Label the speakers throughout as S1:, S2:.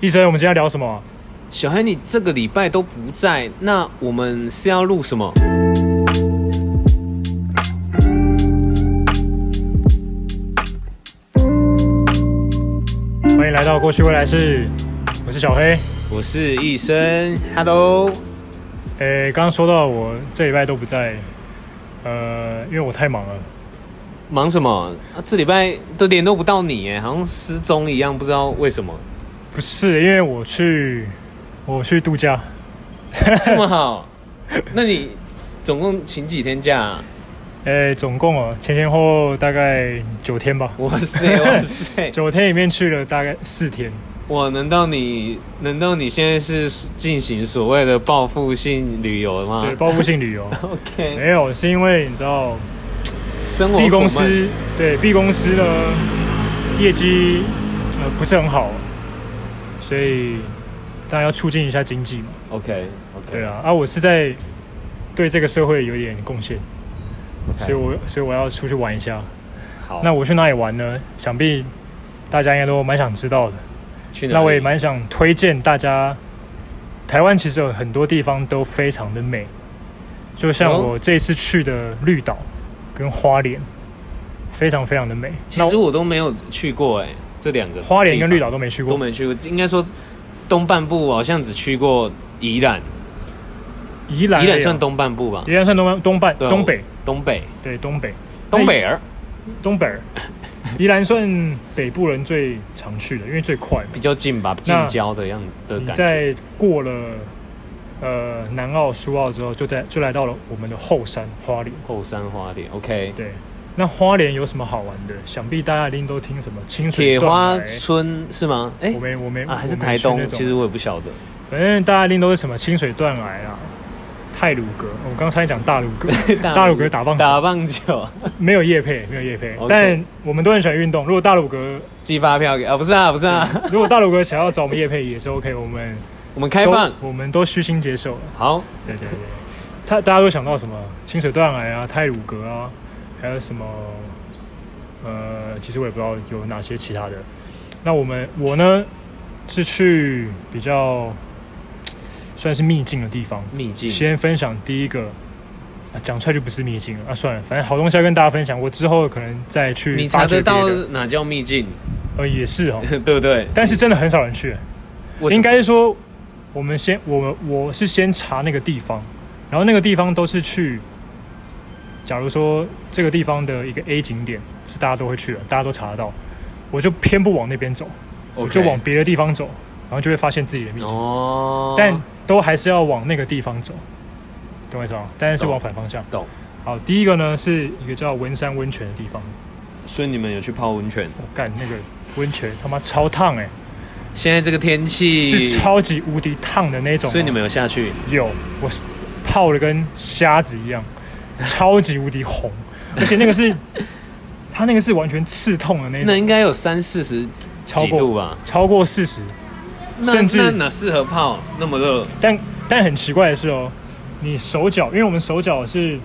S1: 医生，我们今天要聊什么啊？
S2: 小黑，你这个礼拜都不在，那我们是要录什么？
S1: 欢迎来到过去未来式，我是小黑。
S2: 我是医生，Hello。
S1: 诶，刚刚说到我这礼拜都不在，呃，因为我太忙了。
S2: 忙什么？啊，这礼拜都联络不到你，哎，好像失踪一样，不知道为什 么。
S1: 不是因为我去，我去度假，
S2: 这么好，那你总共请几天假、啊？
S1: 诶，总共哦，前前后后大概九天吧。，
S2: 哇塞，哇塞
S1: 九天里面去了大概四天，
S2: 哇！难道你难道你现在是进行所谓的报复性旅游吗？
S1: 对，报复性旅游。
S2: OK，
S1: 没有，是因为你知道
S2: 生活
S1: B
S2: 苦
S1: 公
S2: 闷
S1: 司对 B 公司呢业绩呃不是很好，所以当然要促进一下经济嘛。
S2: OK OK，
S1: 对啊，啊，我是在对这个社会有点贡献，所以我所以我要出去玩一下。
S2: 好，
S1: 那我去哪里玩呢？想必大家应该都蛮想知道的。
S2: 去哪里
S1: 那我也蛮想推荐大家，台湾其实有很多地方都非常的美，就像
S2: 哦
S1: 我这次去的绿岛跟花莲，非常非常的美。
S2: 其实我都没有去过哎、这两个
S1: 花莲跟绿
S2: 岛
S1: 岛都没去
S2: 都
S1: 过，
S2: 没去过，应该说东半部我好像只去过宜兰，
S1: 宜兰
S2: 宜
S1: 而
S2: 兰
S1: 已啊
S2: 算东半部吧
S1: 宜，兰算东半东半
S2: 对啊
S1: 东北
S2: 东北
S1: 对东北
S2: 东北儿
S1: 东北儿， 宜兰算北部人最常去的，因为最快嘛。
S2: 比较近吧，近
S1: 那
S2: 郊的样的
S1: 你
S2: 感觉。
S1: 在过了呃南澳、苏澳之后，就在就来到了我们的后山花莲。
S2: 后山花莲，OK，
S1: 对，那花莲有什么好玩的？想必大家一定都听什么清水
S2: 铁花
S1: 断崖。
S2: 村是吗？哎、
S1: 我没我没
S2: 啊，还是
S1: 我没
S2: 台
S1: 去那
S2: 东？
S1: 种
S2: 其实我也不晓得。
S1: 反正大家一定都是什么清水断崖啊、泰鲁阁。我刚才讲大鲁 阁， 大鲁阁打棒
S2: 打
S1: 球
S2: 棒球，
S1: 没有叶配，没有叶配
S2: OK。
S1: 但我们都很喜欢运动。如果大鲁阁，
S2: 寄发票给啊，不是啊，不是啊，
S1: 如果大鲁阁想要找我们叶配也是 OK，我们
S2: 我们开
S1: 都
S2: 放
S1: 我们都虚心接受了。
S2: 好，
S1: 对对对，他大家都想到什么清水断崖啊、泰鲁阁啊，还有什么呃，其实我也不知道有哪些其他的。那我们我呢是去比较算是秘境的地方，
S2: 秘境
S1: 先分享第一个。啊讲出来就不是秘境了啊！算了，反正好东西要跟大家分享，我之后可能再去
S2: 你
S1: 发
S2: 查
S1: 掘
S2: 得
S1: 别
S2: 到
S1: 的。
S2: 哪叫秘境，
S1: 呃，也是哦，
S2: 对不对？
S1: 但是真的很少人去，
S2: 为什么
S1: 应该是说，我们先我们我是先查那个地方，然后那个地方都是去，假如说这个地方的一个 A 景点是大家都会去的，大家都查得到，我就偏不往那边走我
S2: OK
S1: 就往别的地方走，然后就会发现自己的秘境，
S2: 哦，
S1: 但都还是要往那个地方走，懂我意思吗？但是
S2: 懂
S1: 往反方向。
S2: 懂。
S1: 好，第一个呢是一个叫文山温泉的地方，
S2: 所以你们有去泡温泉？
S1: 我干那个温泉他妈超烫哎、
S2: 现在这个天气
S1: 是，超级无敌烫的那种哦、
S2: 所以你们有下去？
S1: 有，我是泡的跟虾子一样，超级无敌红，而且那个是，它那个是完全刺痛的那
S2: 那
S1: 种，
S2: 应该有三四十
S1: 超
S2: 几
S1: 过
S2: 度吧？
S1: 超过四十，
S2: 那
S1: 甚至
S2: 那哪适合泡？那么热？
S1: 但但很奇怪的是哦，你手脚，因为我们手脚是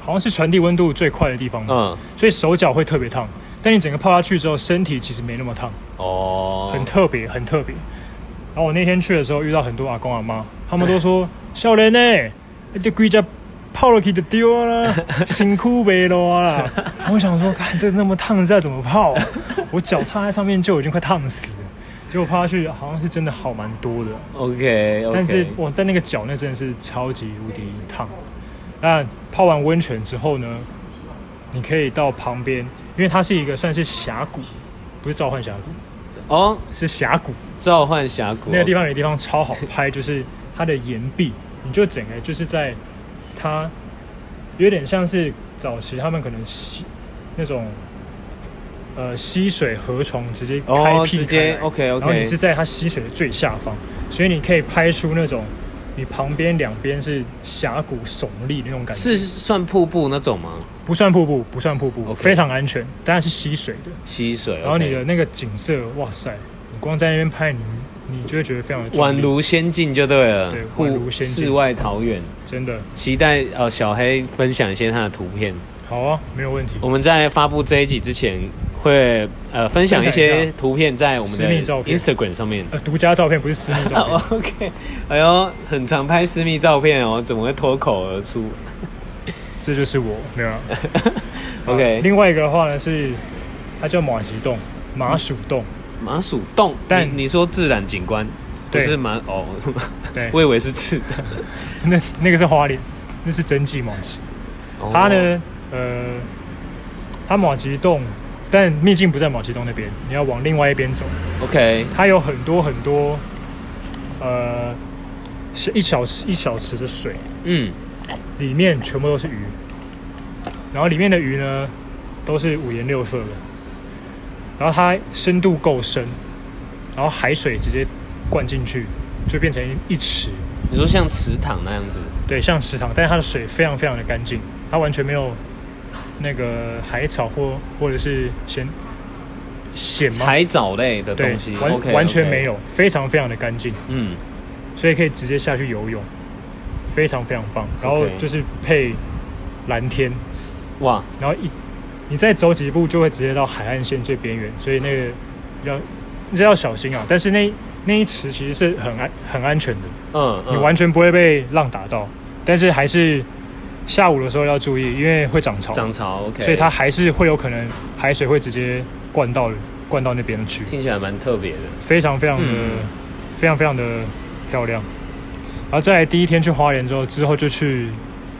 S1: 好像是传递温度最快的地方，
S2: 嗯，
S1: 所以手脚会特别烫，但你整个泡下去之后，身体其实没那么烫，
S2: 哦，
S1: 很特别，很特别。然后我那天去的时候遇到很多阿公阿妈，他们都说：“少年呢、你这龟家泡了去就丢啊 啦，辛苦呗咯啦。”我想说，看这那么烫，这要怎么泡、啊？我脚踏在上面就已经快烫死了，结果泡下去好像是真的好蛮多的，
S2: OK，
S1: 但是我在那个脚那真的是超级无敌烫。那泡完温泉之后呢，你可以到旁边，因为它是一个算是峡谷，不是召唤峡谷，
S2: 哦，
S1: 是峡谷。
S2: 召唤峡谷
S1: 那个地方有个地方超好拍， 就是它的岩壁，你就整个就是在它有点像是早期他们可能吸那种呃溪水河床直接开
S2: 哦，
S1: 辟
S2: 直
S1: 开来
S2: 接 OK
S1: 然后你
S2: OK，
S1: 是在它溪水的最下方，所以你可以拍出那种你旁边两边是峡谷耸立那种感觉，
S2: 是算瀑布那种吗？
S1: 不算瀑布，不算瀑布
S2: OK
S1: 非常安全，当然是溪水的。
S2: 溪水，
S1: 然后你
S2: OK
S1: 的那个景色，哇塞，你光在那边拍你。你就会觉得非常的壮
S2: 宛
S1: 丽
S2: 如仙境就对了，
S1: 对
S2: 户
S1: 宛如仙境
S2: 世外桃源。
S1: 真的
S2: 期待呃小黑分享一些他的图片。
S1: 好啊，没有问题。
S2: 我们在发布这一集之前会呃分享一
S1: 分享一
S2: 些
S1: 下
S2: 图片在我们的
S1: 私密照片
S2: Instagram 上面。
S1: 呃，独家照片不是私 密照片。
S2: OK，哎呦，很常拍私密照片哦，怎么会脱口而出
S1: 这就是我，没有啊。
S2: ？OK，
S1: 另外一个的话呢是，它叫马吉洞、马鼠洞，
S2: 麻薯洞，
S1: 但
S2: 你你说自然景观，不
S1: 对
S2: 是麻哦，
S1: 对
S2: 我以为是自然。
S1: 那那个是花莲，那是真迹马吉。
S2: 哦
S1: 它呢，呃，它马吉洞，但秘境不在马吉洞那边，你要往另外一边走。
S2: 哦？OK，
S1: 它有很多很多，呃，是一小池一小池的水，
S2: 嗯，
S1: 里面全部都是鱼，然后里面的鱼呢都是五颜六色的，然后它深度够深，然后海水直接灌进去，就变成一池，
S2: 你说像池塘那样子，
S1: 对，像池塘，但是它的水非常非常的干净，它完全没有那个海草或或者是咸咸吗？
S2: 海藻类的
S1: 对
S2: 东西，
S1: 完
S2: OK，
S1: 完全
S2: OK
S1: 没。有，非常非常的干净。
S2: 嗯，
S1: 所以可以直接下去游泳，非常非常棒。然后
S2: OK
S1: 就是配蓝天，
S2: 哇，
S1: 然后一你再走几步就会直接到海岸线最边缘，所以那个要这要小心啊。但是那那一池其实是很安很安全的，
S2: 嗯，
S1: 你
S2: 嗯
S1: 完全不会被浪打到，但是还是下午的时候要注意，因为会涨潮，
S2: 涨潮，OK，
S1: 哦所以它还是会有可能海水会直接灌到灌到那边去。
S2: 听起来蛮特别的。
S1: 非常非常的、
S2: 嗯
S1: 非常非常的漂亮。然后再来第一天去花莲之后，之后就去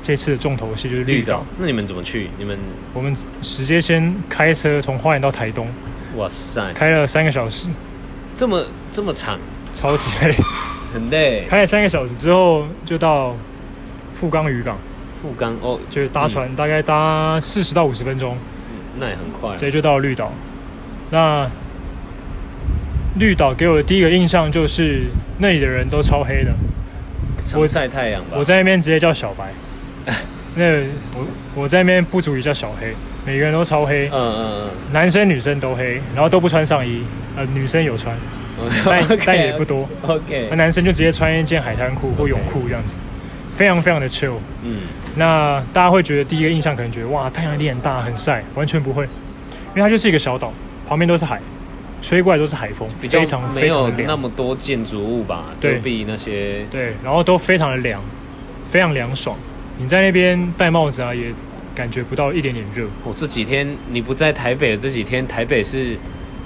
S1: 这次的重头戏就是绿岛。，
S2: 那你们怎么去？你们，
S1: 我们直接先开车从花莲到台东，
S2: 哇塞，
S1: 开了三个小时，
S2: 这么这么长，
S1: 超级累。
S2: 很累。
S1: 开了三个小时之后就到富冈渔港，
S2: 富冈哦，
S1: 就是搭船、大概搭四十到五十分钟，
S2: 那也很快。
S1: 所以就到绿岛。那绿岛给我的第一个印象就是那里的人都超黑的，
S2: 常晒太阳吧。
S1: 我在那边直接叫小白，那我我在那边不足以叫小黑，每个人都超黑
S2: 嗯，嗯
S1: 男生女生都黑，然后都不穿上衣，呃，女生有穿，
S2: 嗯，
S1: 但
S2: OK，
S1: 但也不多，那
S2: OK，
S1: 男生就直接穿一件海滩裤或泳裤这样子，非常非常的 chill。
S2: 嗯，
S1: 那大家会觉得第一个印象可能觉得哇，太阳一定很大，很晒，完全不会，因为它就是一个小岛，旁边都是海，吹过来都是海风，
S2: 比较
S1: 非常
S2: 没
S1: 非常
S2: 有
S1: 的
S2: 那
S1: 凉，
S2: 么多建筑物吧，遮
S1: 对
S2: 蔽那些。
S1: 对，然后都非常的凉，非常凉爽。你在那边戴帽子啊，也感觉不到一点点热。
S2: 我、这几天你不在台北的这几天，台北是，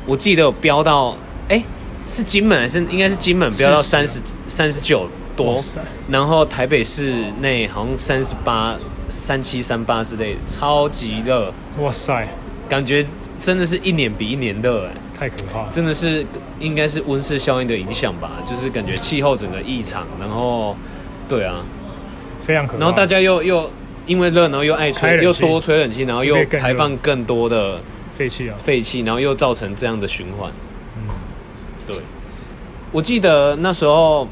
S2: 我记得有飙到，哎、是金门还是应该是金门飙到三十三十九多
S1: 哇，塞
S2: 然后台北市内好像三十八、三七、三八之类的，超级热，
S1: 哇塞，
S2: 感觉真的是一年比一年热哎、
S1: 太可怕了！
S2: 真的是应该是温室效应的影响吧，就是感觉气候整个异常，然后对啊，
S1: 非常可怕。
S2: 然后大家又又因为热，然后又爱
S1: 开
S2: 吹，
S1: 啊冷气
S2: 又多吹冷气，然后又
S1: 就变更热
S2: 排放更多的
S1: 废弃啊，
S2: 废气，然后又造成这样的循环。
S1: 嗯
S2: 对，我记得那时候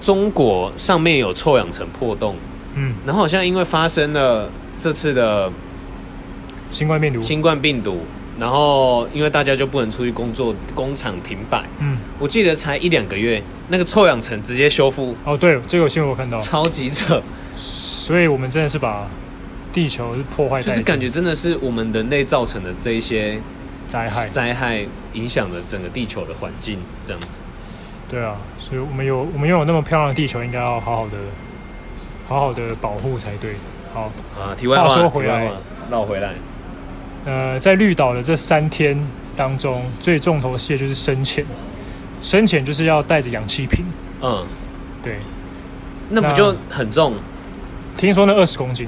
S2: 中国上面有臭氧层破洞，
S1: 嗯，
S2: 然后好像因为发生了这次的
S1: 新冠病毒，
S2: 新冠病毒，然后因为大家就不能出去工作，工厂停摆。
S1: 嗯，
S2: 我记得才一两个月，那个臭氧层直接修复，
S1: 哦，对，这个新闻我看到，
S2: 超级扯，
S1: 所以我们真的是把地球是破坏殆
S2: 就
S1: 尽，
S2: 是感觉真的是我们人类造成的这一些
S1: 灾害，
S2: 灾害，影响了整个地球的环境，这样子。
S1: 对啊，所以我们有我们拥有那么漂亮的地球，应该要好好的、好好的保护才对。好，
S2: 啊，题外
S1: 话
S2: 话，
S1: 说回来
S2: 题外话，绕回来，
S1: 呃，在绿岛的这三天当中，最重头戏的就是深潜，深潜就是要带着氧气瓶，
S2: 嗯，
S1: 对，
S2: 那不
S1: 那
S2: 就很 重？
S1: 听说那二十公斤，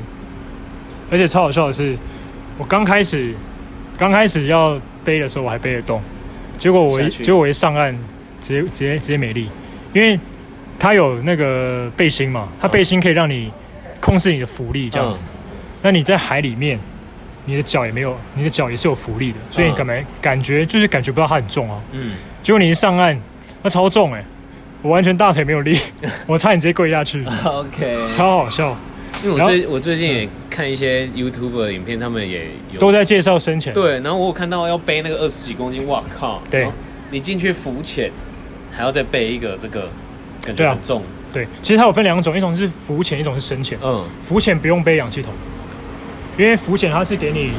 S1: 而且超好笑的是，我刚开始刚开始要背的时候我还背得动，结果我一
S2: 下去
S1: 结果我一上岸，直接直接直接没力，因为它有那个背心嘛，它背心可以让你控制你的浮力这样子。
S2: 嗯
S1: 那你在海里面，你的脚也没有，你的脚也是有浮力的，所以你
S2: 嗯
S1: 感没感觉就是感觉不到它很重啊。
S2: 嗯，
S1: 结果你一上岸，它超重哎、我完全大腿没有 力，我差点直接跪下去，
S2: OK，
S1: 超好笑。
S2: 因为我
S1: 然后嗯
S2: 最我最近也看一些 YouTube 的影片，他们也有
S1: 都在介绍深潜，
S2: 对，然后我有看到要背那个二十几公斤，哇靠！
S1: 对，
S2: 你进去浮潜还要再背一个这个，感
S1: 对
S2: 觉
S1: 啊
S2: 很重。
S1: 对，其实它有分两种，一种是浮潜，一种是深潜。
S2: 嗯
S1: 浮潜不用背氧气筒，因为浮潜它是给你，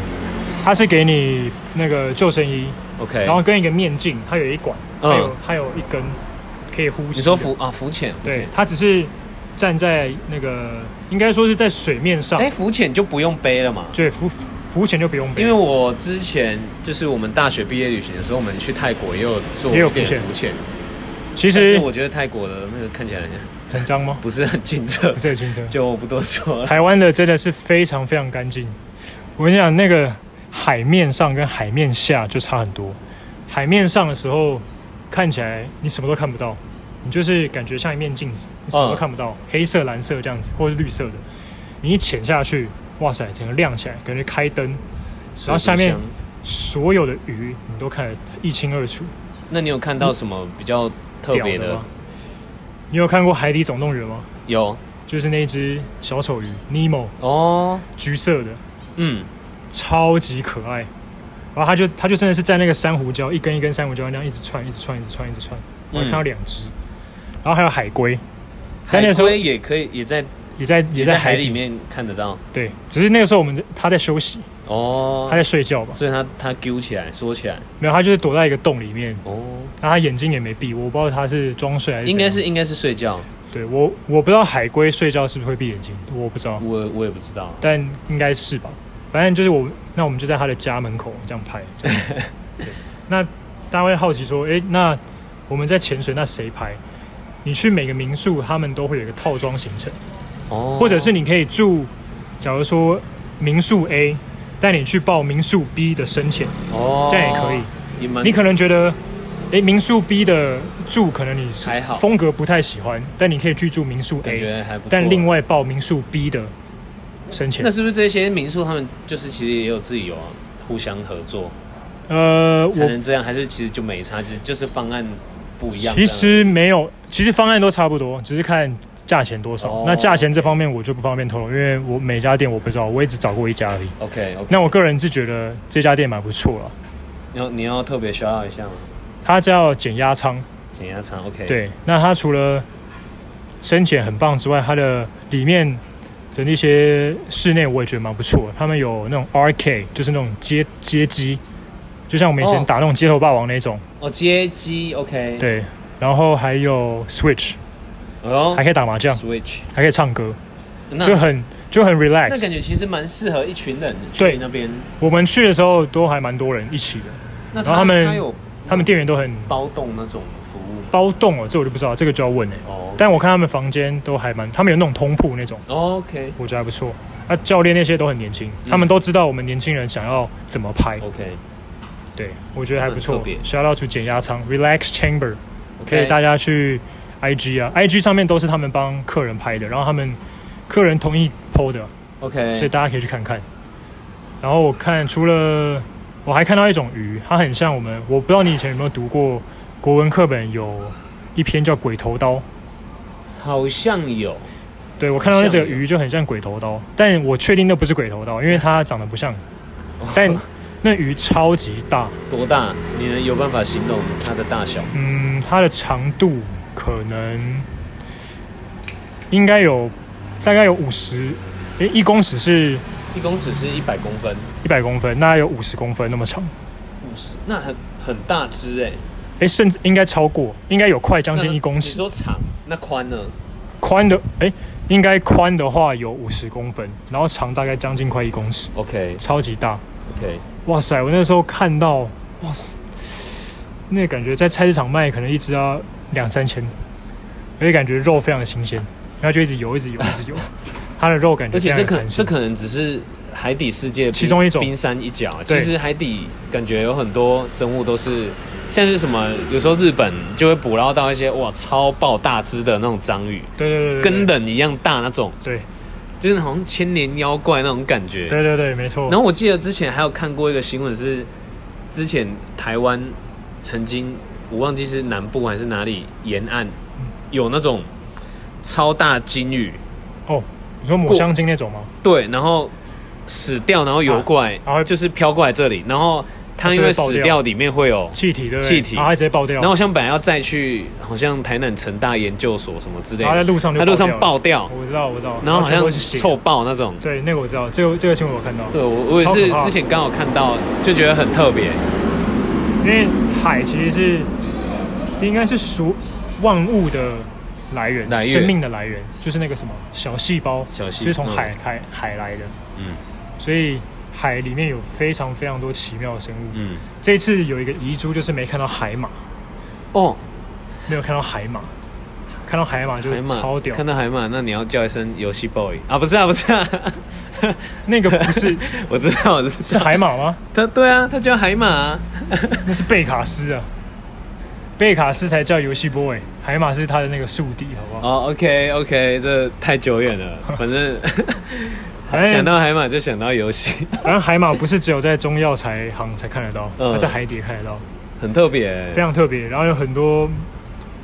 S1: 它是给你那个救生衣，
S2: OK，
S1: 然后跟一个面镜，它有一管，
S2: 嗯
S1: 还有还有一根可以呼吸的。
S2: 你说浮啊浮潜，浮
S1: 对
S2: 潜，，
S1: 它只是站在那个应该说是在水面上，
S2: 哎，浮潜就不用背了嘛。
S1: 对浮浮浮潜就不用背，
S2: 因为我之前就是我们大学毕业旅行的时候，我们去泰国也有做
S1: 也有
S2: 一点
S1: 浮潜
S2: 浮潜，
S1: 其
S2: 但是
S1: 实
S2: 我觉得泰国的那个看起来
S1: 整张吗？
S2: 不是很清澈
S1: 不，是很清楚。
S2: 就不多说 了。
S1: 台湾的真的是非常非常干净。我跟你讲，那个海面上跟海面下就差很多。海面上的时候，看起来你什么都看不到，你就是感觉像一面镜子，你什么都看不到，黑色、蓝色这样子，或者是绿色的。你一潜下去，哇塞，整个亮起来，感觉开灯，然后下面
S2: 水族箱
S1: 所有的鱼你都看得一清二楚。
S2: 那你有看到什么比较特
S1: 屌
S2: 别
S1: 的
S2: 的
S1: 吗？？你有看过《海底总动员》吗？
S2: 有
S1: 就是那一只小丑鱼 Nemo，
S2: 哦，
S1: 橘色的，
S2: 嗯，
S1: 超级可爱。然后它就它就真的是在那个珊瑚礁一根一根珊瑚礁那样一直窜，一直窜，一直窜，一直窜。我
S2: 嗯
S1: 还看到两只，然后还有海龟，但那
S2: 海
S1: 个时候
S2: 龟也可以，也在
S1: 也在
S2: 也
S1: 也
S2: 在
S1: 在
S2: 海
S1: 海
S2: 里
S1: 底。
S2: 面看得到
S1: 对，只是那个时候我们它在休息，
S2: 哦
S1: 它，在睡觉吧？
S2: 所以它它揪起来缩起来
S1: 没有，它就是躲在一个洞里面，
S2: 哦，
S1: 然后它眼睛也没闭，我不知道它是装睡还是
S2: 应
S1: 怎
S2: 该
S1: 样
S2: 是应该是睡觉，
S1: 对我我不知道海龟睡觉是不是会闭眼睛，我不知道，
S2: 我我也不知道，
S1: 但应该是吧。反正就是我，那我们就在他的家门口这样 拍。这样对那大家会好奇说，诶，那我们在潜水，那谁拍？你去每个民宿，他们都会有一个套装行程，
S2: 哦，
S1: 或者是你可以住，假如说民宿 A，带你去报民宿 B 的深潜，
S2: 哦，
S1: 这样也可以。
S2: 也蛮
S1: 你可能觉得，诶，民宿 B 的住可能你是
S2: 还好
S1: 风格不太喜欢，但你可以去住民宿
S2: 感
S1: A，
S2: 觉还不错，
S1: 但另外报民宿 B 的深潜
S2: 那。是不是这些民宿他们就是其实也有自己有啊，互相合作
S1: 呃，
S2: 才
S1: 我
S2: 能这样？还是其实就没差，其实就是方案不一样这
S1: 其
S2: 样？
S1: 实没有，其实方案都差不多，只是看价钱多少。
S2: 哦
S1: 那价钱这方面我就不方便透露，因为我每家店我不知道，我也只找过一家而已。
S2: OK OK，
S1: 那我个人是觉得这家店蛮不错了，
S2: 你要你要特别需要一下吗？
S1: 它叫减压舱。
S2: 减压舱 OK，，
S1: 对，那它除了深潜很棒之外，它的里面的那些室内我也觉得蛮不错的。他们有那种 RK，就是那种街街机，就像我们以前
S2: 哦
S1: 打那种街头霸王那种。
S2: 哦街机 OK，，
S1: 对，然后还有 Switch，
S2: 哦
S1: 还可以打麻将，
S2: Switch，
S1: 还可以唱歌。
S2: 那
S1: 就很就很
S2: 那感
S1: relax。
S2: 觉其实蛮适合一群人
S1: 对
S2: 去那边，
S1: 我们去的时候都还蛮多人一起的，
S2: 那
S1: 然后他们
S2: 他有
S1: 他们店员都很
S2: 包栋那种服务吗
S1: 包栋哦，这我就不知道，这个就要问哎、
S2: 哦
S1: 但我看他们房间都还蛮，他们有那种通铺那种，
S2: 哦 OK
S1: 我觉得还不错。那、教练那些都很年轻，
S2: 嗯
S1: 他们都知道我们年轻人想要怎么拍，
S2: OK
S1: 对我觉得还不错
S2: 哦很特别。
S1: 小老主减压舱 relax chamber，可以
S2: OK，
S1: 大家去 IG 啊，IG 上面都是他们帮客人拍的，然后他们客人同意 PO 的，啊所以
S2: OK
S1: 大家可以去看看。然后我看除了我还看到一种鱼，它很像我们，我不知道你以前有没有读过国文课本有一篇叫《鬼头刀》，
S2: 好像有
S1: 对我看到那
S2: 像
S1: 个
S2: 有
S1: 鱼就很像鬼头刀，但我确定那不是鬼头刀，因为它长得不像。但那鱼超级大，
S2: 多大？你能有办法形容它的大小？
S1: 嗯，它的长度可能应该有大概有五十，诶，一公尺是
S2: 一公尺是一百公分，
S1: 一百公分，那有五十公分那么长。
S2: 五十，那很很大只哎、
S1: 哎，甚至应该超过，应该有快将
S2: 那
S1: 近一公
S2: 嗯你
S1: 尺。
S2: 说长，那宽呢？
S1: 宽的，哎，应该宽的话有五十公分，然后长大概将近快一公尺，
S2: OK
S1: 超级大。
S2: OK，
S1: 哇塞，我那时候看到，哇塞，那感觉在菜市场卖可能一只要两三千，而且感觉肉非常新鲜，然后就一直游，一直游，一直游。它的肉感觉
S2: 而
S1: 非
S2: 且
S1: 常
S2: 这
S1: 的
S2: 可
S1: 弹
S2: 这
S1: 性，
S2: 可能只是海底世界
S1: 其中一种
S2: 冰山一角。啊其
S1: 对
S2: 实海底感觉有很多生物都是，像是什么，有时候日本就会捕捞到一些哇超爆大只的那种章鱼，
S1: 对对对对，
S2: 跟人一样大那种，
S1: 对
S2: 就是好像千年妖怪那种感觉。
S1: 对对对，没错
S2: 然。后我记得之前还有看过一个新闻是，之前台湾曾经我忘记是南部还是哪里沿岸
S1: 嗯
S2: 有那种超大金鱼，
S1: 哦，你说抹香鲸那种吗？
S2: 对，然后死掉，然后游过来，
S1: 啊然后
S2: 就是飘过来这里，然后它因为死掉里面会有
S1: 气体对不对？
S2: 气体
S1: 然后它直接爆掉，
S2: 然后好像本来要再去，好像台南成大研究所什么之类
S1: 然后
S2: 的，
S1: 在路啊上就
S2: 他路上
S1: 爆
S2: 爆掉，
S1: 我知道我知道，
S2: 然后好
S1: 全部
S2: 像
S1: 都是血
S2: 臭爆那种。
S1: 对，那个我知道，这个这个新闻我看到，
S2: 对我我也是
S1: 超可怕
S2: 之前刚好看到，就觉得很特别。
S1: 因为海其实是应该是属万物的来源，
S2: 来源
S1: 生命的来源，就是那个什么小细胞，
S2: 小细
S1: 就是从
S2: 嗯
S1: 海开、海来的，
S2: 嗯
S1: 所以海里面有非常非常多奇妙的生物。
S2: 嗯，
S1: 这一次有一个遗珠，就是没看到海马，
S2: 哦，
S1: 没有看到海马，看到海马就
S2: 海
S1: 是超
S2: 马，
S1: 屌
S2: 看。到海马，那你要叫一声游戏 boy 啊？不是啊，不是啊，
S1: 那个不是
S2: 我知道，我知
S1: 是
S2: 道，
S1: 海马吗？
S2: 他对啊，他叫海马啊、
S1: 那是贝卡斯啊，贝卡斯才叫游戏 boy，海马是他的那个宿敌，好不好？
S2: 哦，OK OK，这太久远了， 反正
S1: 反
S2: 想
S1: 正
S2: 到海马就想到游戏，
S1: 反正海马不是只有在中药材行才看得到，
S2: 嗯
S1: 它在海底也看得到，
S2: 很特别
S1: 非。常特别。然后有很多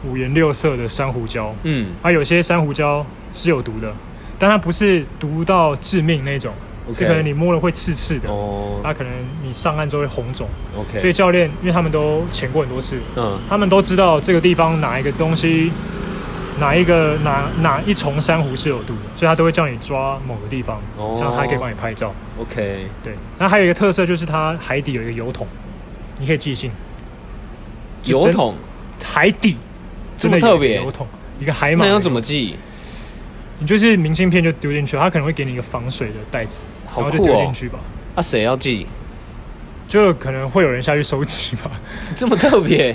S1: 五颜六色的珊瑚礁，
S2: 嗯
S1: 它有些珊瑚礁是有毒的，但它不是毒到致命那种，是可能
S2: ，OK，
S1: 你摸了会刺刺的，
S2: 哦
S1: 它可能你上岸之后会红肿。
S2: ，OK，
S1: 所以教练，因为他们都潜过很多次，
S2: 嗯
S1: 他们都知道这个地方哪一个东西，哪一个哪哪一重珊瑚是有毒的，所以他都会叫你抓某个地方，
S2: 哦
S1: 这样他可以帮你拍照。
S2: ，OK，
S1: 对，那还有一个特色就是它海底有一个油桶，你可以寄信。就
S2: 油
S1: 真
S2: 桶
S1: 海底
S2: 这
S1: 真
S2: 么
S1: 的有
S2: 特
S1: 一个
S2: 别
S1: 油，桶，一个海马
S2: 那
S1: 的油
S2: 要
S1: 桶。
S2: 怎么记？
S1: 你就是明信片就丢进去，它可能会给你一个防水的袋子，然
S2: 好
S1: 后就
S2: 酷
S1: 丢
S2: 哦
S1: 进！去吧。
S2: 啊，谁要记？
S1: 就可能会有人下去收集吧，
S2: 这么特别？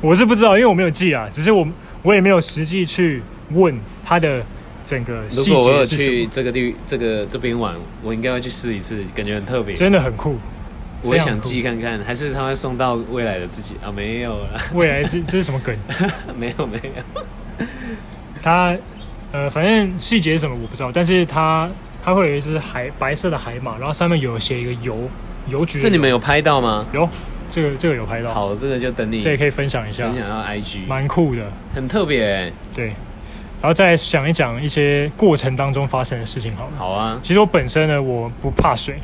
S1: 我是不知道，因为我没有记啊，只是我我也没有实际去问它的整个
S2: 如
S1: 细
S2: 果我有
S1: 节是什
S2: 去
S1: 么，
S2: 这个地这个这边玩，我应该会去试一次，感觉很特别。
S1: 真的很酷。
S2: 我也
S1: 非常
S2: 想
S1: 酷
S2: 寄看看，还是他会送到未来的自己啊？没有啦，
S1: 未来这这是什么梗？
S2: 没有没有。
S1: 它呃，反正细节是什么我不知道，但是它它会有一只海白色的海马，然后上面有写一个邮邮局的
S2: 这你
S1: 邮
S2: 们有拍到吗？
S1: 有这个这个有拍到，
S2: 好，这个就等你
S1: 这也
S2: 分
S1: 可以分享一下，
S2: 享到 IG，
S1: 蛮酷的，
S2: 很特别欸。
S1: 对。然后再想一讲一些过程当中发生的事情好了。
S2: 好啊，
S1: 其实我本身呢，我不怕水，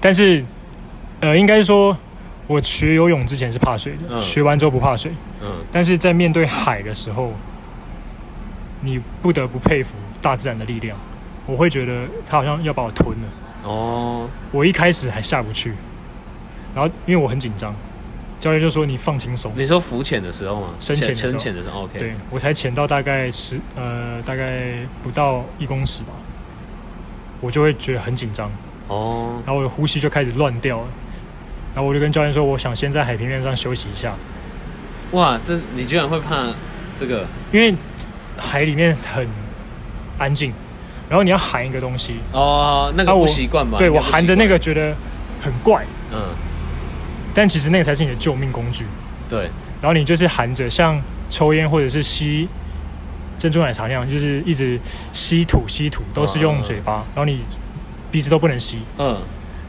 S1: 但是呃，应该说我学游泳之前是怕水的，
S2: 嗯
S1: 学完之后不怕水，
S2: 嗯，
S1: 但是在面对海的时候，你不得不佩服大自然的力量。我会觉得它好像要把我吞了。
S2: 哦，
S1: 我一开始还下不去，然后因为我很紧张，教练就说你放轻松。
S2: 你说浮潜的时候吗？
S1: 深潜的时候
S2: 深潜的时候，OK。
S1: 对我才潜到大概十呃大概不到一公尺吧，我就会觉得很紧张，
S2: 哦，
S1: 然后我的呼吸就开始乱掉了。然后我就跟教练说，我想先在海平面上休息一下，
S2: 哇，这你居然会怕这个？
S1: 因为海里面很安静，然后你要喊一个东西，
S2: 哦，那个
S1: 啊我
S2: 不习惯吧？
S1: 对
S2: 应该
S1: 我
S2: 不习
S1: 含着那
S2: 惯
S1: 个，觉得很怪，
S2: 嗯，
S1: 但其实那个才是你的救命工具。
S2: 对，
S1: 然后你就是含着，像抽烟或者是吸珍珠奶茶那样，就是一直吸吐吸吐，都是用嘴巴，然后你鼻子都不能吸。
S2: 嗯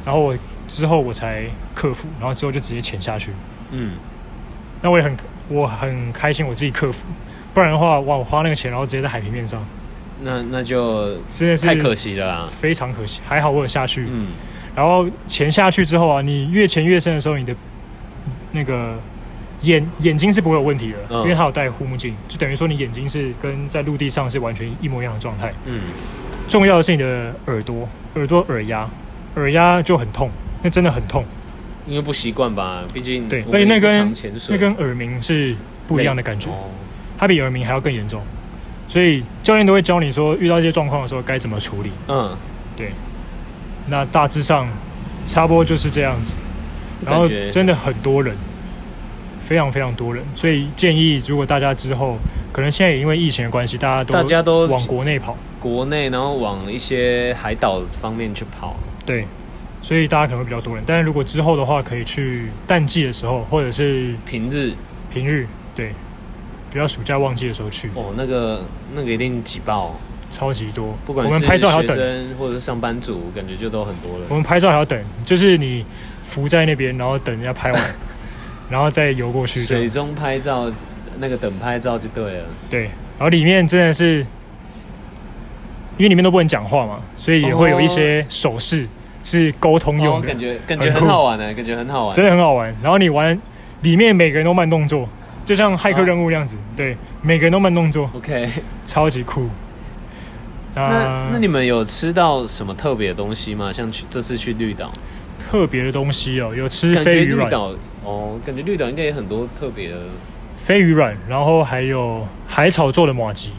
S1: 然后我之后我才克服，然后之后就直接潜下去。
S2: 嗯，
S1: 那我也很我很开心我自己克服，不然的话，哇，我花那个钱，然后直接在海平面上，
S2: 那那就
S1: 真的是
S2: 太可惜了啦。
S1: 非常可惜。还好我有下去，
S2: 嗯，
S1: 然后潜下去之后啊，你越潜越深的时候，你的那个眼眼睛是不会有问题的，
S2: 嗯
S1: 因为它有戴护目镜，就等于说你眼睛是跟在陆地上是完全一模一样的状态。
S2: 嗯，
S1: 重要的是你的耳朵、耳朵、耳压，耳压就很痛，那真的很痛，
S2: 因为不习惯吧，毕竟
S1: 对
S2: 我们
S1: 而且那
S2: 也不
S1: 跟
S2: 常潜水
S1: 那跟耳鸣是不一样的感觉，
S2: 哦
S1: 它比耳鸣还要更严重。所以教练都会教你说，遇到这些状况的时候该怎么处理。
S2: 嗯，
S1: 那大致上差不多就是这样子。然
S2: 感
S1: 后
S2: 觉
S1: 真的很多人，非常非常多人，所以建议如果大家之后可能现在也因为疫情的关系，大家都
S2: 大家都
S1: 往国内跑，
S2: 国内，然后往一些海岛方面去跑。
S1: 对，所以大家可能会比较多人。但是如果之后的话，可以去淡季的时候，或者是
S2: 平日
S1: 平日，对，不要暑假旺季的时候去，
S2: 哦，那个那个一定挤爆，
S1: 超级多。
S2: 不管
S1: 我们
S2: 是
S1: 拍照还要
S2: 学
S1: 等，哦
S2: 生或者是上班族，感觉就都很多
S1: 我
S2: 人。
S1: 们拍照还要等，就是你浮在那边，然后等人家拍 完，然后再游过去，这样
S2: 水中拍照，那个等拍照就对了。
S1: 对，然后里面真的是，因为里面都不能讲话嘛，所以也会有一些手势、是沟通
S2: 哦
S1: 用的，
S2: 感觉感觉很
S1: 酷
S2: 好玩呢、欸感觉很好玩。
S1: 真的很好玩。然后你玩里面每个人都慢动作，就像骇
S2: 啊
S1: 客任务那样子，对，每个人都慢动作，
S2: OK，
S1: 超级酷。啊
S2: 那那你们有吃到什么特别的东西吗？像去这次去绿岛，
S1: 特别的东西哦，有吃
S2: 感
S1: 飞
S2: 觉
S1: 鱼
S2: 绿
S1: 卵，
S2: 岛哦，感觉绿岛应该有很多特别的
S1: 飞鱼卵，然后还有海草做的马吉，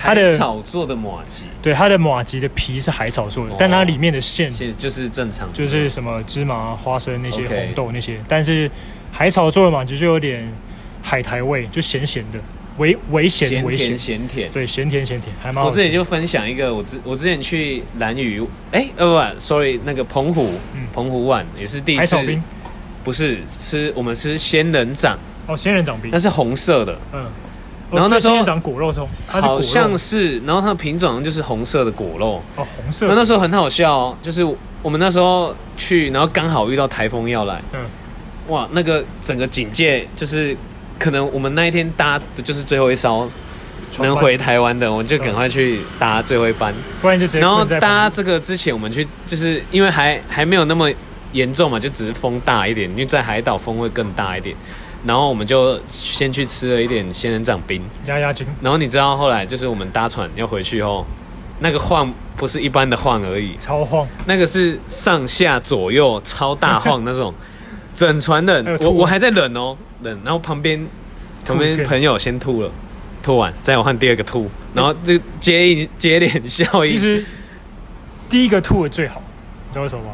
S1: 它
S2: 海
S1: 的
S2: 草做的马吉，
S1: 对，它的马吉的皮是海草做的，
S2: 哦
S1: 但它里面的馅
S2: 现在就是正常的，
S1: 嗯就是什么芝麻、花生那些
S2: OK
S1: 红豆那些，但是海草做的马吉就有点海苔味，就咸咸的，微微咸
S2: 咸
S1: 微
S2: 甜
S1: 咸，
S2: 咸甜。
S1: 对，咸甜咸甜，还蛮
S2: 我
S1: 好
S2: 这里
S1: 吃。
S2: 就分享一个，我之我之前去蓝屿，哎、呃不，sorry，那个澎湖，
S1: 嗯
S2: 澎湖湾也是第一
S1: 海
S2: 次
S1: 草，冰
S2: 不是吃我们吃仙人掌，
S1: 哦，仙人掌冰
S2: 那，是红色的，
S1: 嗯，
S2: 然后那时候
S1: 哦这仙人掌果肉松，它是果
S2: 好
S1: 肉
S2: 像是，然后它的品种好像就是红色的果肉。
S1: 哦红色
S2: 那那
S1: 的，
S2: 时候很好笑哦，就是我们那时候去，然后刚好遇到台风要来，
S1: 嗯
S2: 哇，那个整个警戒就是，可能我们那一天搭的就是最后一艘
S1: 船
S2: 能
S1: 班嗯
S2: 回台湾的，我们就赶快去搭最后一班。
S1: 不然就直接
S2: 然后
S1: 困在旁
S2: 搭
S1: 边
S2: 这个之前，我们去就是因为还还没有那么严重嘛，就只是风大一点，因为在海岛风会更大一点。然后我们就先去吃了一点仙人掌冰，
S1: 压压惊，
S2: 然后你知道后来就是我们搭船要回去后，那个晃不是一般的晃而已，
S1: 超晃，
S2: 那个是上下左右超大晃那种， 整船
S1: 还
S2: 人
S1: 有吐
S2: 我我
S1: 吗
S2: 还在忍哦忍，然后旁边
S1: 吐
S2: 旁边
S1: 片
S2: 朋友先吐了，吐完再我换第二个吐，然后这接应接连效应，
S1: 其实第一个吐的最好，你知道为什么吗？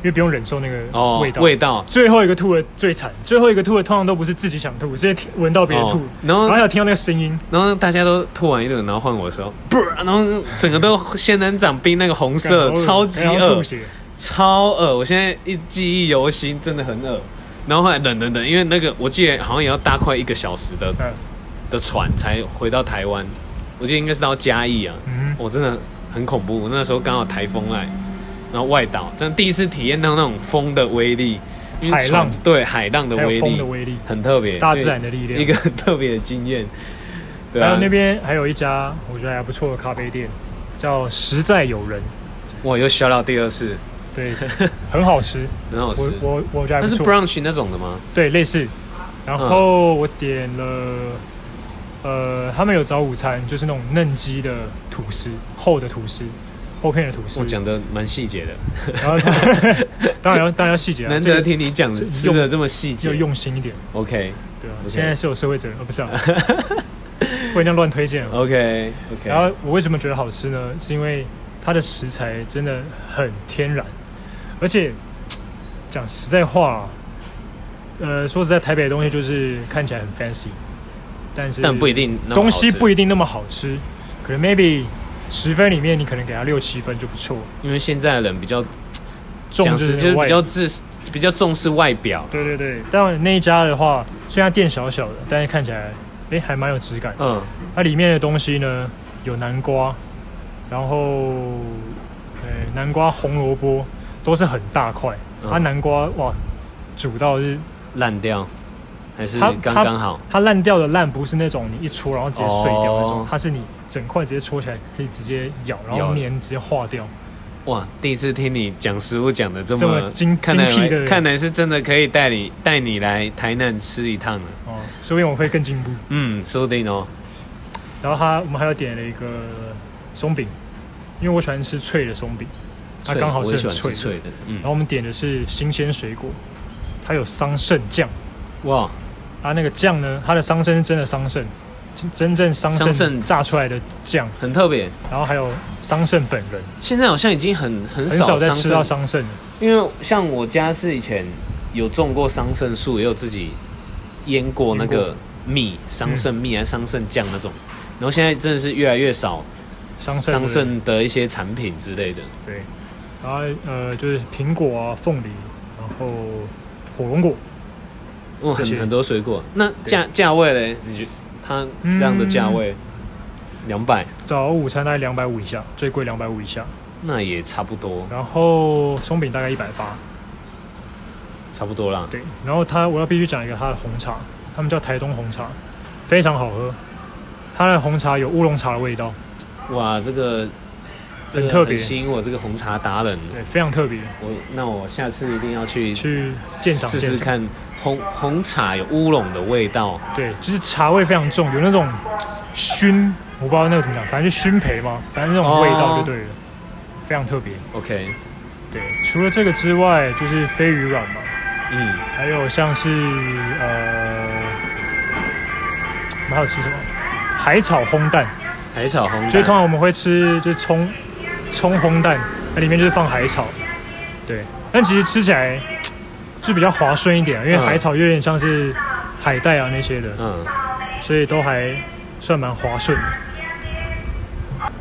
S1: 因为不用忍受那个
S2: 哦
S1: 味道。
S2: 味道
S1: 最后一个吐的最惨，最后一个吐的通常都不是自己想吐，是因为听闻到别人吐，
S2: 哦然后
S1: 然后还有听到那个声音，
S2: 然后大家都吐完一轮，然后换我的时候，不，然后整个都仙人掌冰那个红色，
S1: 干
S2: 超级
S1: 然后
S2: 恶
S1: 吐，血，
S2: 超恶，我现在一记忆犹新，真的很恶。然后后来冷冷冷，因为那个我记得好像也要搭快一个小时的
S1: 嗯
S2: 的船才回到台湾，我记得应该是到嘉义啊。
S1: 嗯，
S2: 我、真的很恐怖，我那时候刚好台风来，然后外岛，真的第一次体验到那种风的威力，因为
S1: 海
S2: 船
S1: 浪
S2: 对海浪的
S1: 还
S2: 威
S1: 有风
S2: 力
S1: 的威力，
S2: 很特别，
S1: 大自然的力量
S2: 一个很特别的经验。对
S1: 还有
S2: 啊，
S1: 那边还有一家我觉得还不错的咖啡店，叫实在有人，
S2: 哇，又笑到第二次，
S1: 对，很好吃，
S2: 很好吃
S1: 我。我我觉得还不
S2: 那是
S1: 错，
S2: brunch 那种的吗？
S1: 对，类似。然后我点了，呃，他们有早午餐，就是那种嫩鸡的吐司，厚的吐司，厚片的吐司
S2: 我。讲的蛮细节的，
S1: 然后 当然要当然要细节啊，
S2: 难
S1: 这
S2: 得
S1: 个
S2: 听你讲
S1: 这个
S2: 吃的这么细节
S1: 就。用心一点，
S2: OK
S1: 对吧、啊
S2: OK
S1: 现在是有社会责任，呃，不是啊， 不能这样乱推荐啊。
S2: OK
S1: 然
S2: OK，
S1: 后我为什么觉得好吃呢？是因为它的食材真的很天然，而且讲实在话啊，呃，说实在，台北的东西就是看起来很 fancy，但是
S2: 但不一定那么好
S1: 东
S2: 吃
S1: 西不一定那么好吃，可能 maybe 十分里面你可能给它六七分就不错，
S2: 因为现在的人比较
S1: 重
S2: 讲
S1: 就是是
S2: 就
S1: 那
S2: 是
S1: 个外
S2: 比较自比较重视外表，
S1: 对对对。但那一家的话，虽然它店小小的，但是看起来诶还蛮有质感的。
S2: 嗯，
S1: 它里面的东西呢有南瓜，然后呃南瓜、红萝卜都是很大块，
S2: 嗯
S1: 它南瓜哇煮到是
S2: 烂掉还是
S1: 它
S2: 刚刚好，
S1: 它烂掉的烂，不是那种你一戳然后直接碎掉那种，
S2: 哦
S1: 它是你整块直接戳起来可以直接咬，然
S2: 咬
S1: 后黏直接化掉。
S2: 哇！第一次听你讲食物讲的这
S1: 这
S2: 么
S1: 么精
S2: 看来
S1: 精辟的
S2: 看来是真的可以带你带你来台南吃一趟了。
S1: 哦，说不定我会更进步。
S2: 嗯，说不定哦。
S1: 然后它我们还有点了一个松饼，因为我喜欢吃脆的松饼，它
S2: 脆
S1: 刚好
S2: 我
S1: 是
S2: 也
S1: 很
S2: 喜
S1: 脆
S2: 欢吃
S1: 的。
S2: 脆的，嗯
S1: 然，后我们点的是新鲜水果，它有桑葚酱。
S2: 哇，
S1: 它那个酱呢，它的桑葚是真的桑葚，真真正桑
S2: 桑葚
S1: 葚榨出来的酱，
S2: 很特别。
S1: 然后还有桑葚本人，
S2: 现在好像已经很很
S1: 很
S2: 少
S1: 少再吃到
S2: 桑
S1: 桑葚了。
S2: 葚，因为像我家是以前有种过桑葚树，也有自己腌过那
S1: 腌嗯
S2: 个蜜桑葚蜜还是桑葚酱那种，然后现在真的是越来越少
S1: 桑葚，
S2: 桑，葚的一些产品之类的。
S1: 对。然后呃，就是苹果啊、凤梨，然后火龙果，
S2: 哦，
S1: 这
S2: 很
S1: 些
S2: 很多水果。那价价位嘞？你觉它这样的
S1: 嗯
S2: 价位，两百、
S1: 早午餐大概两百五以下，最贵两百五以下。
S2: 那也差不多，
S1: 然后松饼大概一百八，
S2: 差不多啦。
S1: 对。然后它我要必须讲一个它的红茶，他们叫台东红茶，非常好喝。它的红茶有乌龙茶的味道，
S2: 哇，这个这
S1: 很
S2: 个
S1: 特别
S2: 很吸引我这个红茶达人。
S1: 对，非常特别，
S2: 我那我下次一定要去
S1: 去鉴赏
S2: 嗯试
S1: 鉴
S2: 试
S1: 赏。
S2: 看红红茶有乌龙的味道，
S1: 对，就是茶味非常重，有那种熏，我不知道那个怎么讲，反正就熏培嘛，反正那种味
S2: 哦
S1: 道就对了，非常特别。
S2: OK，
S1: 对，除了这个之外，就是飞鱼卵嘛，
S2: 嗯，
S1: 还有像是呃，我们还有吃什么？海草烘蛋，
S2: 海草红
S1: 就是通
S2: 茶，
S1: 常我们会吃就是葱葱烘蛋，那里面就是放海草，对，但其实吃起来就比较滑顺一点啊，因为
S2: 嗯
S1: 海草有点像是海带啊那些的，
S2: 嗯，
S1: 所以都还算蛮滑顺的。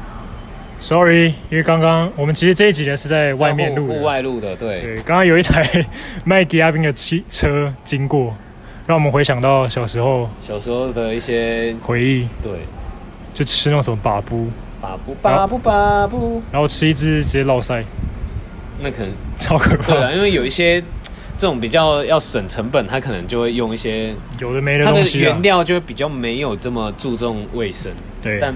S1: Sorry，因为刚刚我们其实这一集呢是在外面
S2: 在
S1: 录
S2: 户
S1: 的
S2: 户，外录的，对，
S1: 对，刚刚有一台 卖迪亚宾的汽车经过，让我们回想到小时候
S2: 小时候的一些
S1: 回忆，
S2: 对，
S1: 就吃那种什么把布，
S2: 巴布
S1: 然
S2: 巴
S1: 后
S2: 布巴布，
S1: 然后吃一只直接落腮，
S2: 那可能
S1: 超可怕
S2: 对，啊了，因为有一些这种比较要省成本，他可能就会用一些
S1: 有的没的
S2: 它的
S1: 东西啊
S2: 原。料就会比较没有这么注重卫生，
S1: 对
S2: 但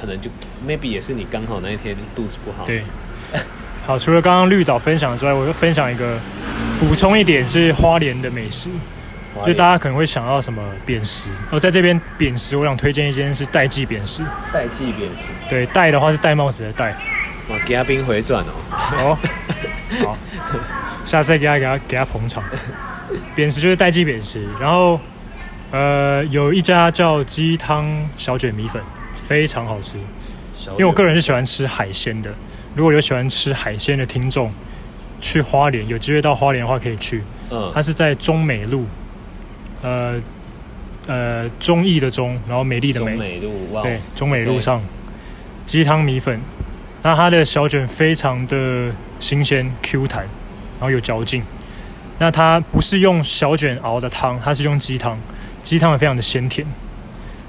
S2: 可能就 maybe 也是你刚好那一天肚子不好，，
S1: 对，好，除了刚刚绿岛分享之外，我就分享一个补充一点是花莲的美食，就大
S2: 家
S1: 家可能会想到什么扁食，哦，在这边扁食，我想推荐一间是代记扁食，
S2: 代际便是，
S1: 对，戴的话是戴帽子的戴，
S2: 哇，给他冰回转哦，
S1: 哦，好，下次再给他给他给他捧场。扁食就是代记扁食，然后呃有一家叫鸡汤小卷米粉，非常好吃。因为我个人是喜欢吃海鲜的，如果有喜欢吃海鲜的听众，去花莲有机会到花莲的话可以去，
S2: 嗯
S1: 它是在中美路，呃呃中义的中，然后美丽的
S2: 中
S1: 美，
S2: 美路哇，
S1: 对，中美路
S2: OK
S1: 上鸡汤米粉，那它的小卷非常的新鲜 Q 弹，然后有嚼劲。那它不是用小卷熬的汤，它是用鸡汤，鸡汤也非常的鲜甜。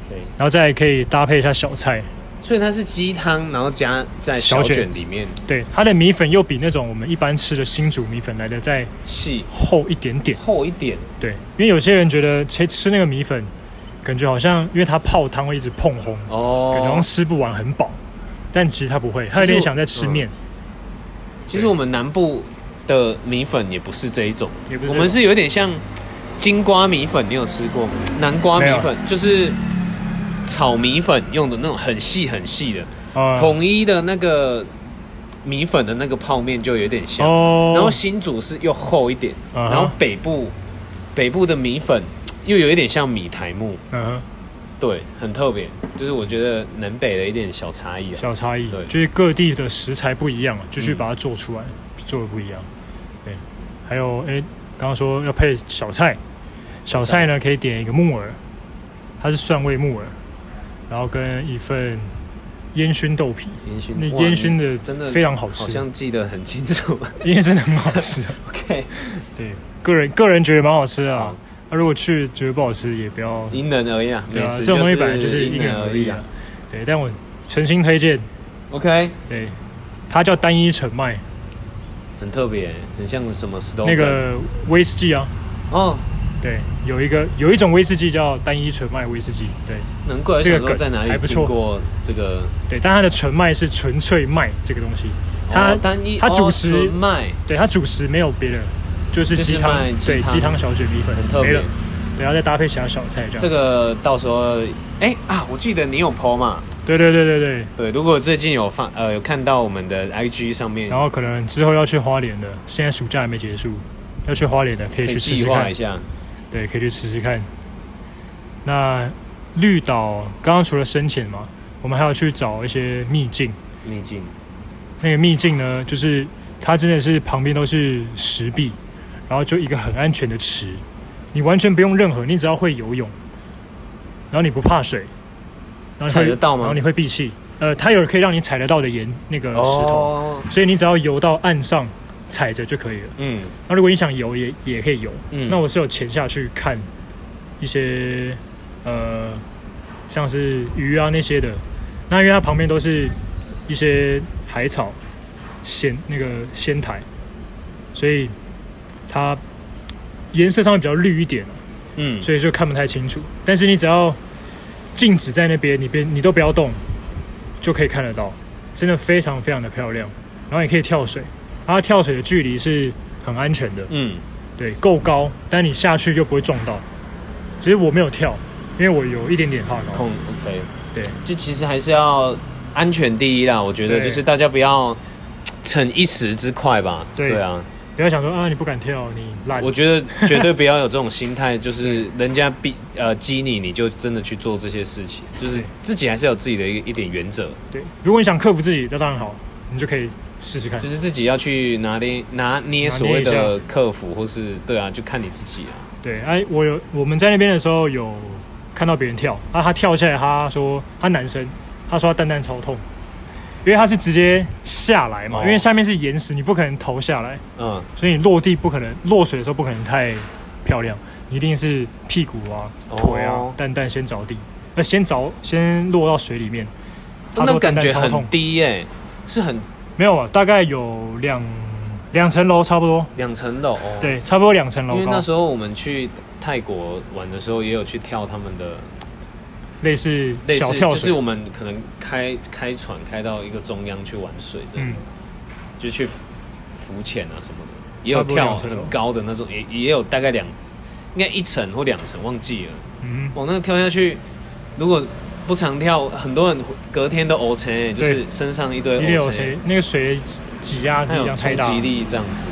S2: 对
S1: 然后再来可以搭配一下小菜。
S2: 所以它是鸡汤，然后加在小
S1: 小卷
S2: 卷里面
S1: 对，它的米粉又比那种我们一般吃的新煮米粉来的再
S2: 细
S1: 厚一点点。
S2: 厚一点，
S1: 对，因为有些人觉得其实吃那个米粉，感觉好像因为它泡汤会一直碰红，感觉好
S2: 哦
S1: 像，吃不完很饱，但其实它不会，它
S2: 其实
S1: 有点
S2: 我
S1: 像在吃
S2: 嗯
S1: 面。
S2: 其实我们南部的米粉也不是这一种，
S1: 也不是这
S2: 我
S1: 种
S2: 们是有点像金瓜米粉，你有吃过吗？南瓜米
S1: 没
S2: 粉就是炒米粉用的那种很细很细的，
S1: 啊
S2: 统一的那个米粉的那个泡面就有点像，
S1: 哦，
S2: 然后新竹是又厚一点，
S1: 嗯哼
S2: 然后北部北部的米粉又有一点像米苔木，
S1: 嗯，
S2: 对，很特别，就是我觉得南北的一点小差异啊。
S1: 小差异
S2: 对，嗯
S1: 就是各地的食材不一样，啊就去把它做出来，做的不一样。对，还有诶，刚刚说要配小菜，小菜呢可以点一个木耳，它是蒜味木耳，然后跟一份烟熏豆皮，
S2: 烟熏
S1: 那
S2: 哇
S1: 烟熏
S2: 你
S1: 的
S2: 真的
S1: 非常好吃，
S2: 好像记得很清楚。
S1: 因为真的很好吃。
S2: OK，
S1: 对，个人个人觉得蛮好吃的啊
S2: 好。
S1: 那、如果去觉得不好吃，也不要
S2: 因人而异啊，
S1: 对啊，
S2: 美食
S1: 这种东西本来就是
S2: 因
S1: 因
S2: 人
S1: 人
S2: 而
S1: 而
S2: 异
S1: 异
S2: 啊
S1: 啊。。对，但我诚心推荐，
S2: OK，
S1: 对，它叫单一纯麦。
S2: 很特别，很像什么 Stone
S1: 那个威士忌啊，
S2: 哦，
S1: 对，有一个有一种威士忌叫单一纯麦威士忌，对
S2: 难怪我
S1: 这个
S2: 小时候
S1: 梗
S2: 在哪
S1: 还
S2: 里
S1: 不
S2: 听
S1: 错
S2: 过这个，
S1: 对，但它的纯麦是纯粹麦这个东西，它、
S2: 哦单一
S1: 它
S2: 哦
S1: 主食
S2: 纯麦
S1: 对它主食没有别的，就是
S2: 就是
S1: 鸡汤
S2: 卖鸡，
S1: 对，
S2: 汤
S1: 鸡汤小卷米粉
S2: 很特
S1: 没
S2: 别
S1: 了，对，然后再搭配其他小菜这样。
S2: 这，个到时候哎啊，我记得你有 PO 嘛？
S1: 对对对对对，
S2: 对，如果最近有发呃有看到我们的 IG 上面
S1: 然，后可能之后要去花莲的，现在暑假还没结束，要去花莲的可以
S2: 可以
S1: 去试
S2: 计
S1: 试
S2: 划
S1: 看
S2: 一，下。
S1: 对，可以去试试看。那绿岛刚刚除了深潜嘛，我们还要去找一些秘境。
S2: 秘境
S1: 那个秘境呢，就是它真的是旁边都是石壁，然后就一个很安全的池，你完全不用任何，你只要会游泳，然后你不怕水，然后你会
S2: 踩得到吗
S1: 然后你会闭气，呃，它有可以让你踩得到的岩那个石头，
S2: 哦，
S1: 所以你只要游到岸上踩着就可以了。
S2: 嗯
S1: 那如果你想游也也可以游，
S2: 嗯，
S1: 那我是有潜下去看一些呃，像是鱼啊那些的。那因为它旁边都是一些海草、仙那个仙台，所以它颜色上面比较绿一点，
S2: 嗯
S1: 所以就看不太清楚。但是你只要静止在那边，你别你都不要动，就可以看得到。真的非常非常的漂亮，然后也可以跳水，它跳水的距离是很安全的，
S2: 嗯，
S1: 对，够高，但你下去就不会撞到。只是我没有跳，因为我有一点点怕高。
S2: 控 OK，
S1: 对，
S2: 就其实还是要安全第一啦。我觉得
S1: 对
S2: 就是大家不要逞一时之快吧。
S1: 对
S2: 对啊，
S1: 不要想说啊你不敢跳，你烂
S2: 我。觉得绝对不要有这种心态，就是人家 逼呃激你，你就真的去做这些事情，就是
S1: 对
S2: 自己还是有自己的一一点原则，
S1: 对，如果你想克服自己，那当然好，你就可以试试看
S2: 就。是自己要去拿捏拿捏所谓
S1: 哎拿捏
S2: 的克服，或是对啊，就看你自己啊。
S1: 对，哎，我有我们在那边的时候有看到别人跳，啊，他跳下来，他说他男生，他说他蛋蛋超痛，因为他是直接下来嘛，
S2: 哦
S1: 因为下面是岩石，你不可能头下来，
S2: 嗯，
S1: 所以你落地不可能落水的时候不可能太漂亮，你一定是屁股啊、腿啊、
S2: 哦
S1: 蛋蛋先着地，那先着先落到水里面，他
S2: 那
S1: 说
S2: 感
S1: 蛋蛋
S2: 觉
S1: 超
S2: 很
S1: 痛，
S2: 低耶、是很
S1: 没有啊，大概有两两层楼差不多，
S2: 两层楼哦。。
S1: 对，差不多两层
S2: 因
S1: 楼
S2: 为那
S1: 高，
S2: 时候我们去泰国玩的时候，也有去跳他们的
S1: 类似
S2: 类
S1: 小
S2: 似，
S1: 跳
S2: 就是
S1: 水，
S2: 我们可能开开船开到一个中央去玩水，这样、
S1: 嗯
S2: 就去浮浮潜啊什么的，也有
S1: 差不多
S2: 跳
S1: 两层楼
S2: 很高的那种，也也有大概两应该一层或两层忘记了。
S1: 嗯，
S2: 我那个跳下去，如果不常跳，很多人隔天都 O 成、就是身上一堆
S1: 一定
S2: O
S1: 有
S2: 成
S1: 谁，那个水挤压力
S2: 嗯还有
S1: 量太
S2: 冲
S1: 大。
S2: 击力这样子。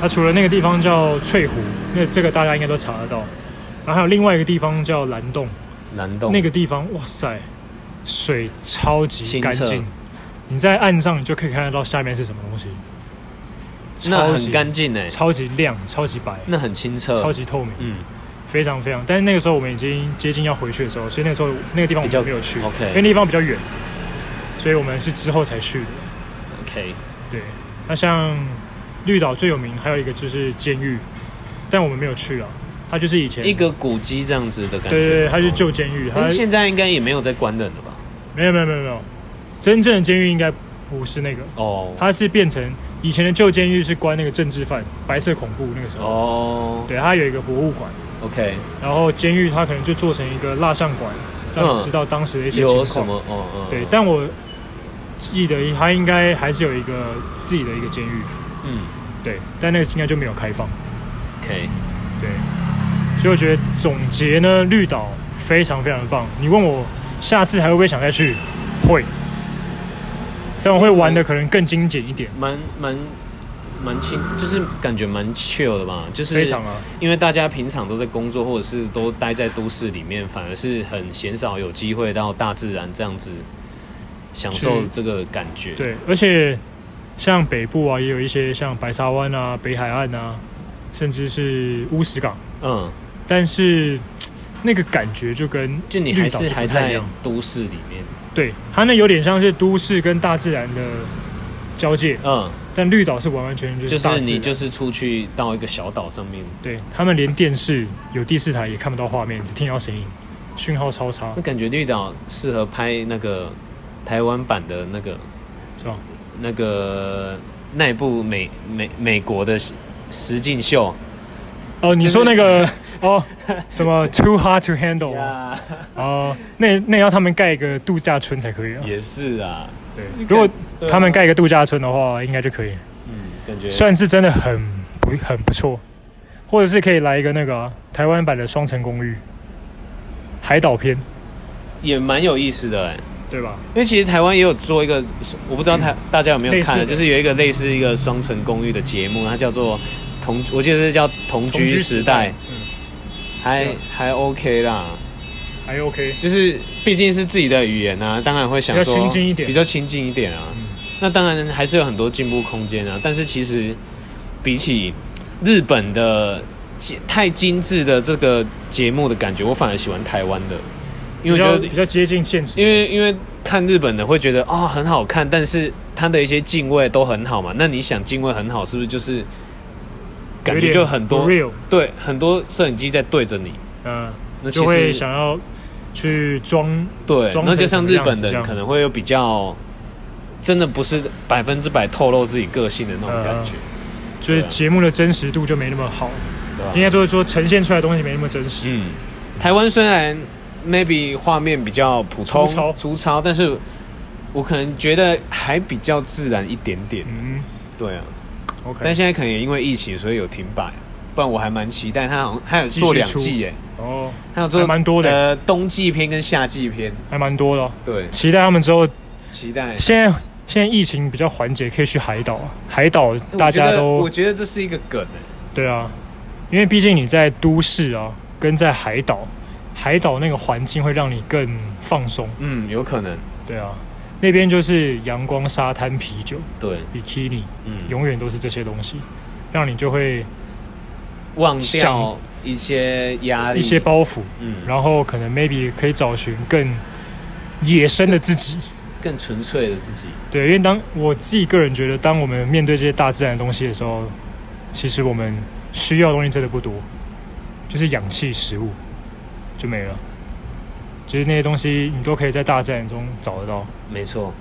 S1: 它除了那个地方叫翠湖，那这个大家应该都查得到。然后还有另外一个地方叫蓝洞，
S2: 蓝洞
S1: 那个地方哇塞，水超级
S2: 清
S1: 干
S2: 澈
S1: 净，你在岸上你就可以看得到下面是什么东西，
S2: 那
S1: 超
S2: 很
S1: 级
S2: 干净哎，
S1: 超级亮、超级白、
S2: 那很清澈，
S1: 超级透明，
S2: 嗯
S1: 非常非常。但是那个时候我们已经接近要回去的时候，所以那个时候那个地方我
S2: 比较
S1: 们没有哎去，
S2: OK
S1: 因为那地方比较远，所以我们是之后才去的。
S2: OK。
S1: 对，那像绿岛最有名还有一个就是监狱，但我们没有去啊。它就是以前
S2: 一个古迹这样子的感觉。
S1: 对对对，它是
S2: 哦
S1: 旧监狱，它
S2: 但现在应该也没有在关人了吧？
S1: 没有没有没有没有，真正的监狱应该不是那个，
S2: 哦，
S1: 它是变成以前的旧监狱是关那个政治犯、白色恐怖那个时候，
S2: 哦
S1: 对，它有一个博物馆，
S2: ，OK，
S1: 然后监狱它可能就做成一个蜡像馆，让
S2: 嗯
S1: 你知道当时的一些
S2: 有
S1: 情
S2: 什
S1: 况。
S2: 么？哦哦，
S1: 对
S2: 哦，
S1: 但我记得它应该还是有一个自己的一个监狱，
S2: 嗯
S1: 对，但那个应该就没有开放。
S2: ，OK，
S1: 对，所以我觉得总结呢，绿岛非常非常的棒。你问我下次还会不会想再去？会，但我会玩的可能更精简一点，
S2: 蛮蛮蛮轻，就是感觉蛮 chill 的吧，就是
S1: 非常啊，
S2: 因为大家平常都在工作，或者是都待在都市里面，反而是很鲜少有机会到大自然这样子享受
S1: 去
S2: 这个感觉。，
S1: 对，而且像北部啊，也有一些像白沙湾啊、北海岸啊，甚至是乌石港，
S2: 嗯，
S1: 但是那个感觉就跟
S2: 就你还
S1: 绿岛
S2: 是
S1: 就
S2: 还
S1: 不太一
S2: 在
S1: 样，
S2: 都市里面，
S1: 对，它那有点像是都市跟大自然的交界，
S2: 嗯，
S1: 但绿岛是完完全全就
S2: 就是
S1: 大
S2: 是
S1: 自
S2: 你
S1: 然。
S2: 就是出去到一个小岛上面，
S1: 对他们连电视有第四台也看不到画面，只听到声音，讯号超差
S2: 那，感觉绿岛适合拍那个台湾版的那个
S1: 是吧？
S2: 那个那一部美美美国的实实境秀。
S1: 哦，你
S2: 就是
S1: 说那个 哦，什么 too hard to handle 啊
S2: 呀，
S1: 哦，那那要他们盖一个度假村才可以啊。
S2: 也是啊，
S1: 对，如果
S2: 对啊
S1: 他们盖一个度假村的话，
S2: 呃
S1: 应该就可以，
S2: 嗯，感觉
S1: 算是真的很不很不错，或者是可以来一个那个啊、台湾版的双层公寓，海岛篇，
S2: 也蛮有意思的哎。
S1: 对吧？
S2: 因为其实台湾也有做一个，我不知道台大家有没有
S1: 嗯类
S2: 看啊，
S1: 似的
S2: 就是有一个类似一个双层公寓的节目，它叫做同，我记得是叫同
S1: 同
S2: 居时代，，
S1: 嗯，
S2: 还
S1: 对啊
S2: 还 OK 啦。
S1: 还 OK，
S2: 就是毕竟是自己的语言啊，当然会想说
S1: 比较亲近一点
S2: 比较亲近一点啊。
S1: 嗯
S2: 那当然还是有很多进步空间啊，但是其实比起日本的精太精致的这个节目的感觉，我反而喜欢台湾的，
S1: 比
S2: 因为我
S1: 较
S2: 觉得
S1: 比较接近现实，
S2: 因为因为看日本的会觉得哦很好看，但是它的一些敬畏都很好嘛。那你想敬畏很好，是不是就是
S1: 有
S2: 感觉
S1: 点
S2: 就很多
S1: 不 real，
S2: 对很多摄影机在对着你？
S1: 嗯。
S2: 那其
S1: 就会
S2: 实
S1: 想要去装，
S2: 对，
S1: 装
S2: 那就
S1: 成什
S2: 像
S1: 么
S2: 日
S1: 样
S2: 本
S1: 子
S2: 的
S1: 这样
S2: 可能会有比较，真的不是百分之百透露自己个性的那种
S1: 嗯嗯
S2: 感觉，
S1: 就是
S2: 啊
S1: 节目的真实度就没那么好，应
S2: 对吧？
S1: 该就是说呈现出来的东西没那么真实。
S2: 嗯，台湾虽然 maybe 画面比较普
S1: 粗
S2: 通
S1: 糙
S2: 粗糙，但是我可能觉得还比较自然一点点。
S1: 嗯
S2: 对啊，
S1: ，OK，
S2: 但现在可能也因为疫情，所以有停摆。不然我还蛮期待他好像他有做
S1: 继续
S2: 两
S1: 出
S2: 季耶，
S1: 哦，
S2: 他有做
S1: 还蛮多的
S2: 呃，冬季篇跟夏季篇。
S1: 还蛮多的哦、
S2: 对，
S1: 期待他们之后，
S2: 期待。
S1: 现在现在疫情比较缓解，可以去海岛啊，海岛大
S2: 我觉
S1: 家
S2: 得我
S1: 都
S2: 觉得这是一个梗耶，
S1: 对啊，因为毕竟你在都市啊，跟在海岛，海岛那个环境会让你更放松，
S2: 嗯，有可能。
S1: 对啊，那边就是阳光、沙滩、啤酒、
S2: 对，
S1: bikini，
S2: 嗯，
S1: 永远都是这些东西，让你就会
S2: 忘掉
S1: 想
S2: 一些压力，
S1: 一些包袱，
S2: 嗯，
S1: 然后可能 maybe 可以找寻更野生的自己。
S2: 更纯粹的自己。
S1: 对，因为当我自己个人觉得，当我们面对这些大自然的东西的时候，其实我们需要的东西真的不多，就是氧气、食物就没了。就是那些东西你都可以在大自然中找得到，
S2: 没错，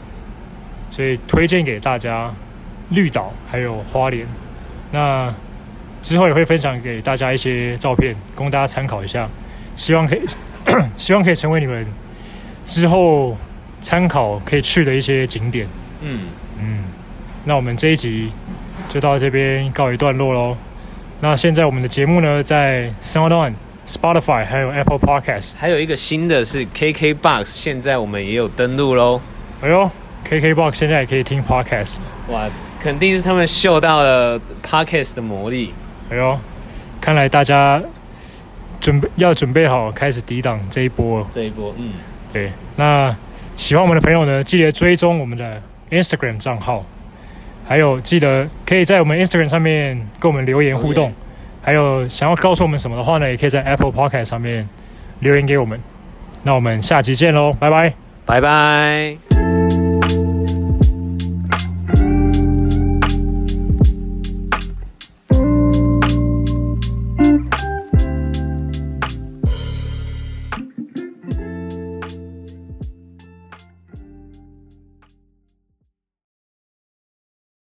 S1: 所以推荐给大家绿岛还有花莲。那之后也会分享给大家一些照片，供大家参考一下，希望可以 希望可以成为你们之后参考可以去的一些景点。
S2: 嗯，
S1: 嗯，那我们这一集就到这边告一段落喽。那现在我们的节目呢，在 SoundOn、Spotify 还有 Apple Podcast，
S2: 还有一个新的是 KKBox，现在我们也有登录喽。
S1: 哎呦，KKBox 现在也可以听 Podcast，
S2: 哇，肯定是他们嗅到了 Podcast 的魔力。
S1: 哎呦，看来大家准备要准备好开始抵挡这一波了。
S2: 这一波，嗯，
S1: 对，那喜欢我们的朋友呢，记得追踪我们的 Instagram 账号，还有记得可以在我们 Instagram 上面跟我们留言互
S2: 留
S1: 动
S2: 言，
S1: 还有想要告诉我们什么的话呢，也可以在 Apple Podcast 上面留言给我们。那我们下期见喽，拜拜。
S2: 拜拜。